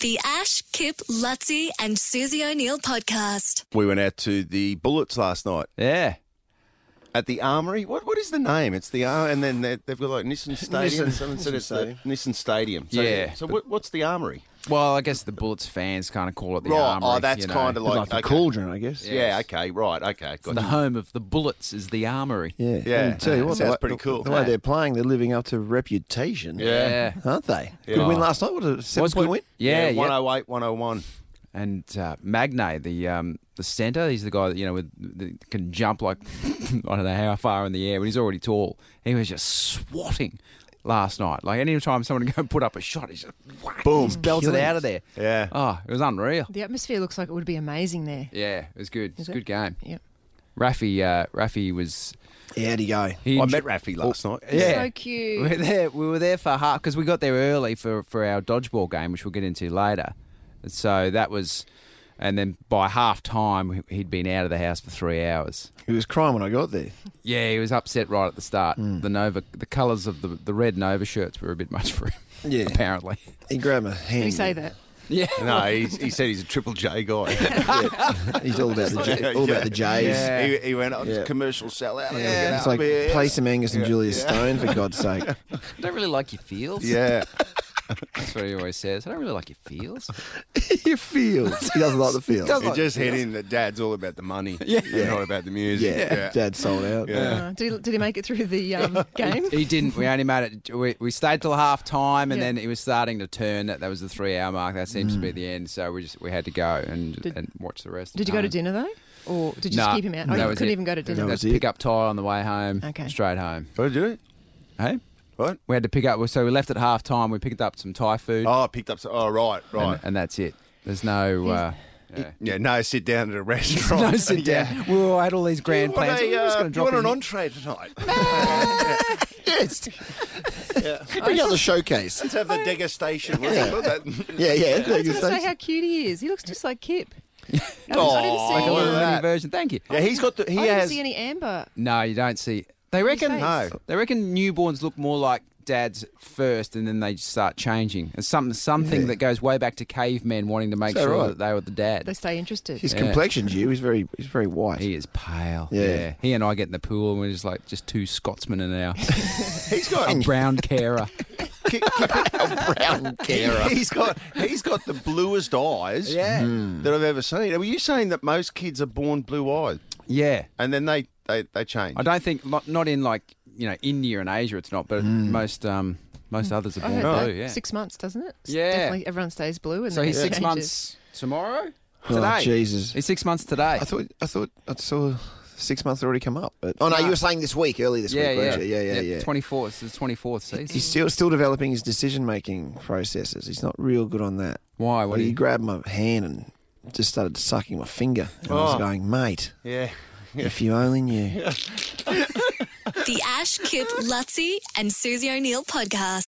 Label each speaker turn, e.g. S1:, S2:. S1: The Ash, Kip, Lutzi, and Susie O'Neill podcast.
S2: We went out to the Bullets last night
S3: Yeah.
S2: at the Armory. What what is the name? It's the Ar- and then they- they've got like Nissan Stadium. Someone said it's the Nissan Stadium. So,
S3: Yeah.
S2: So what, what's the Armory?
S3: Well, I guess the Bullets fans kind of call it the
S2: Right,
S3: Armory.
S2: oh, that's
S3: you know.
S2: kinda like-
S4: like the
S2: okay.
S4: cauldron, I guess.
S2: Yeah. Okay. Right. Okay. Got
S3: the
S2: you.
S3: home of the Bullets is the Armory.
S4: Yeah,
S2: Yeah.
S4: And tell you what, the
S2: Sounds
S4: way-
S2: pretty
S4: the-
S2: cool.
S4: The way they're playing, they're living up to reputation.
S2: Yeah.
S4: aren't they?
S2: Yeah.
S4: Good win last night. What a
S3: Was
S4: seven-point
S3: good.
S4: win.
S3: Yeah, yeah.
S2: One hundred eight. One hundred one.
S3: And uh, Magne, the um, the centre, he's the guy that you know with, that can jump like I don't know how far in the air, but he's already tall. He was just swatting last night. Like any time someone would go and put up a shot, he's just whack,
S2: Boom.
S3: he's belted it out of there.
S2: Yeah.
S3: Oh, it was unreal.
S5: The atmosphere looks like it would be amazing there.
S3: Yeah, it was good. It was a
S5: it?
S3: good game.
S5: Yep.
S3: Rafi, uh, Rafi was.
S4: Yeah, how'd he go?
S3: He
S2: I
S3: enjo-
S2: met Rafi last night.
S3: Oh, Yeah.
S5: So
S3: We
S5: cute.
S3: were there. We were there for half because we got there early for for our dodgeball game, which we'll get into later. And so that was, and then by half time he'd been out of the house for three hours.
S4: He was crying when I got there.
S3: Yeah, he was upset right at the start. The Nova, the colours of the the red Nova shirts were a bit much for him.
S4: Yeah.
S3: apparently.
S4: He grabbed my hand.
S5: Did he say that?
S3: Yeah.
S2: No, he's, he said he's a Triple J guy.
S4: He's all about the J, all about the J's.
S3: Yeah.
S2: He, he went, oh, just
S4: Yeah.
S2: commercial sellout. I'm gonna get
S4: It's
S2: out
S4: like
S2: of here."
S4: play some Angus and Julia Stone for God's sake.
S3: I don't really like your feels.
S2: Yeah.
S3: that's what he always says. I don't really like your feels.
S4: you feel he doesn't like the feel.
S2: It just hit in that dad's all about the money. Yeah. Not about the music.
S4: Yeah, Dad sold out.
S2: Yeah.
S5: Uh, did, he, did he make it through the um, game?
S3: He didn't. We only made it. We, we stayed till half time, and
S5: Yeah.
S3: then it was starting to turn. That, that was the three hour mark. That seems
S2: Mm.
S3: to be the end. So we just we had to go and
S5: Did-
S3: and watch the rest.
S5: Did
S3: at
S5: you go to
S3: home.
S5: dinner though, or did you
S3: Um, Nah,
S5: just keep him out? Oh,
S3: that
S5: you
S3: was
S5: couldn't
S3: it.
S5: even go to dinner.
S4: That
S3: That's
S4: was it.
S3: pick up Ty on the way home.
S5: Okay.
S3: Straight home.
S2: What did you do?
S3: Hey,
S2: What?
S3: we had to pick up. So we left at half time. We picked up some Thai food,
S2: Oh, I picked up. Some, oh, right, right.
S3: and, and that's it. There's no. Uh, yeah.
S2: yeah, no, sit down at a restaurant.
S3: No, sit
S2: Yeah.
S3: down. We all had all these grand
S2: want
S3: plans.
S2: a,
S3: We were just
S2: uh,
S3: gonna
S2: you
S3: drop
S2: want an
S3: in-
S2: entree tonight?
S4: Yes. Bring out the showcase.
S2: Let's have the degustation. What's it called? That-
S4: Yeah, yeah.
S5: I was going to say how cute he is. He looks just like Kip. I, was- I
S2: Aw.
S5: didn't see.
S3: like a
S2: Look
S3: little
S2: at
S3: mini
S2: that.
S3: version. Thank you.
S2: yeah, he's got the. He
S5: I didn't
S2: has.
S5: see any amber.
S3: No, you don't see. They reckon.
S5: face.
S2: No.
S3: They reckon newborns look more like dads first, and then they just start changing. It's something something that goes way back to cavemen wanting to make
S4: So
S3: sure
S4: right.
S3: that they were the dad.
S5: They stay interested.
S4: His complexion's you. He's very, he's very white.
S3: he is pale.
S4: Yeah.
S3: He and I get in the pool, and we're just like just two Scotsmen in our
S2: he's got.
S3: a brown carer.
S2: ki- ki- he's got. He's got the bluest eyes. Hmm.
S3: Yeah.
S2: That I've ever seen. Were you saying that most kids are born blue-eyed
S3: Yeah.
S2: and then they they, they change?
S3: I don't think not, not in like you know India and Asia it's not, but most um most others are
S5: I
S3: born
S5: heard
S3: blue.
S5: that.
S3: Yeah.
S5: Six months, doesn't it? It's
S3: Yeah.
S5: Definitely everyone stays blue. And
S3: so
S5: then
S3: he's
S5: it
S3: six
S5: changes.
S3: months tomorrow. Today.
S4: Oh, Jesus.
S3: He's six months today.
S4: I thought I thought I saw six months already come up. But, oh no, you were saying this week, early this
S3: yeah,
S4: week,
S3: yeah,
S4: weren't you? Yeah, yeah, yeah.
S3: Twenty fourth. It's twenty fourth season.
S4: He's still still developing his decision making processes. He's not real good on that.
S3: Why? What
S4: Like,
S3: do
S4: he
S3: you-
S4: grabbed my hand and just started sucking my finger, and I was
S2: Oh.
S4: going, mate,
S2: yeah.
S4: if you only knew.
S1: The Ash, Kip, Lutzi, and Susie O'Neill podcast.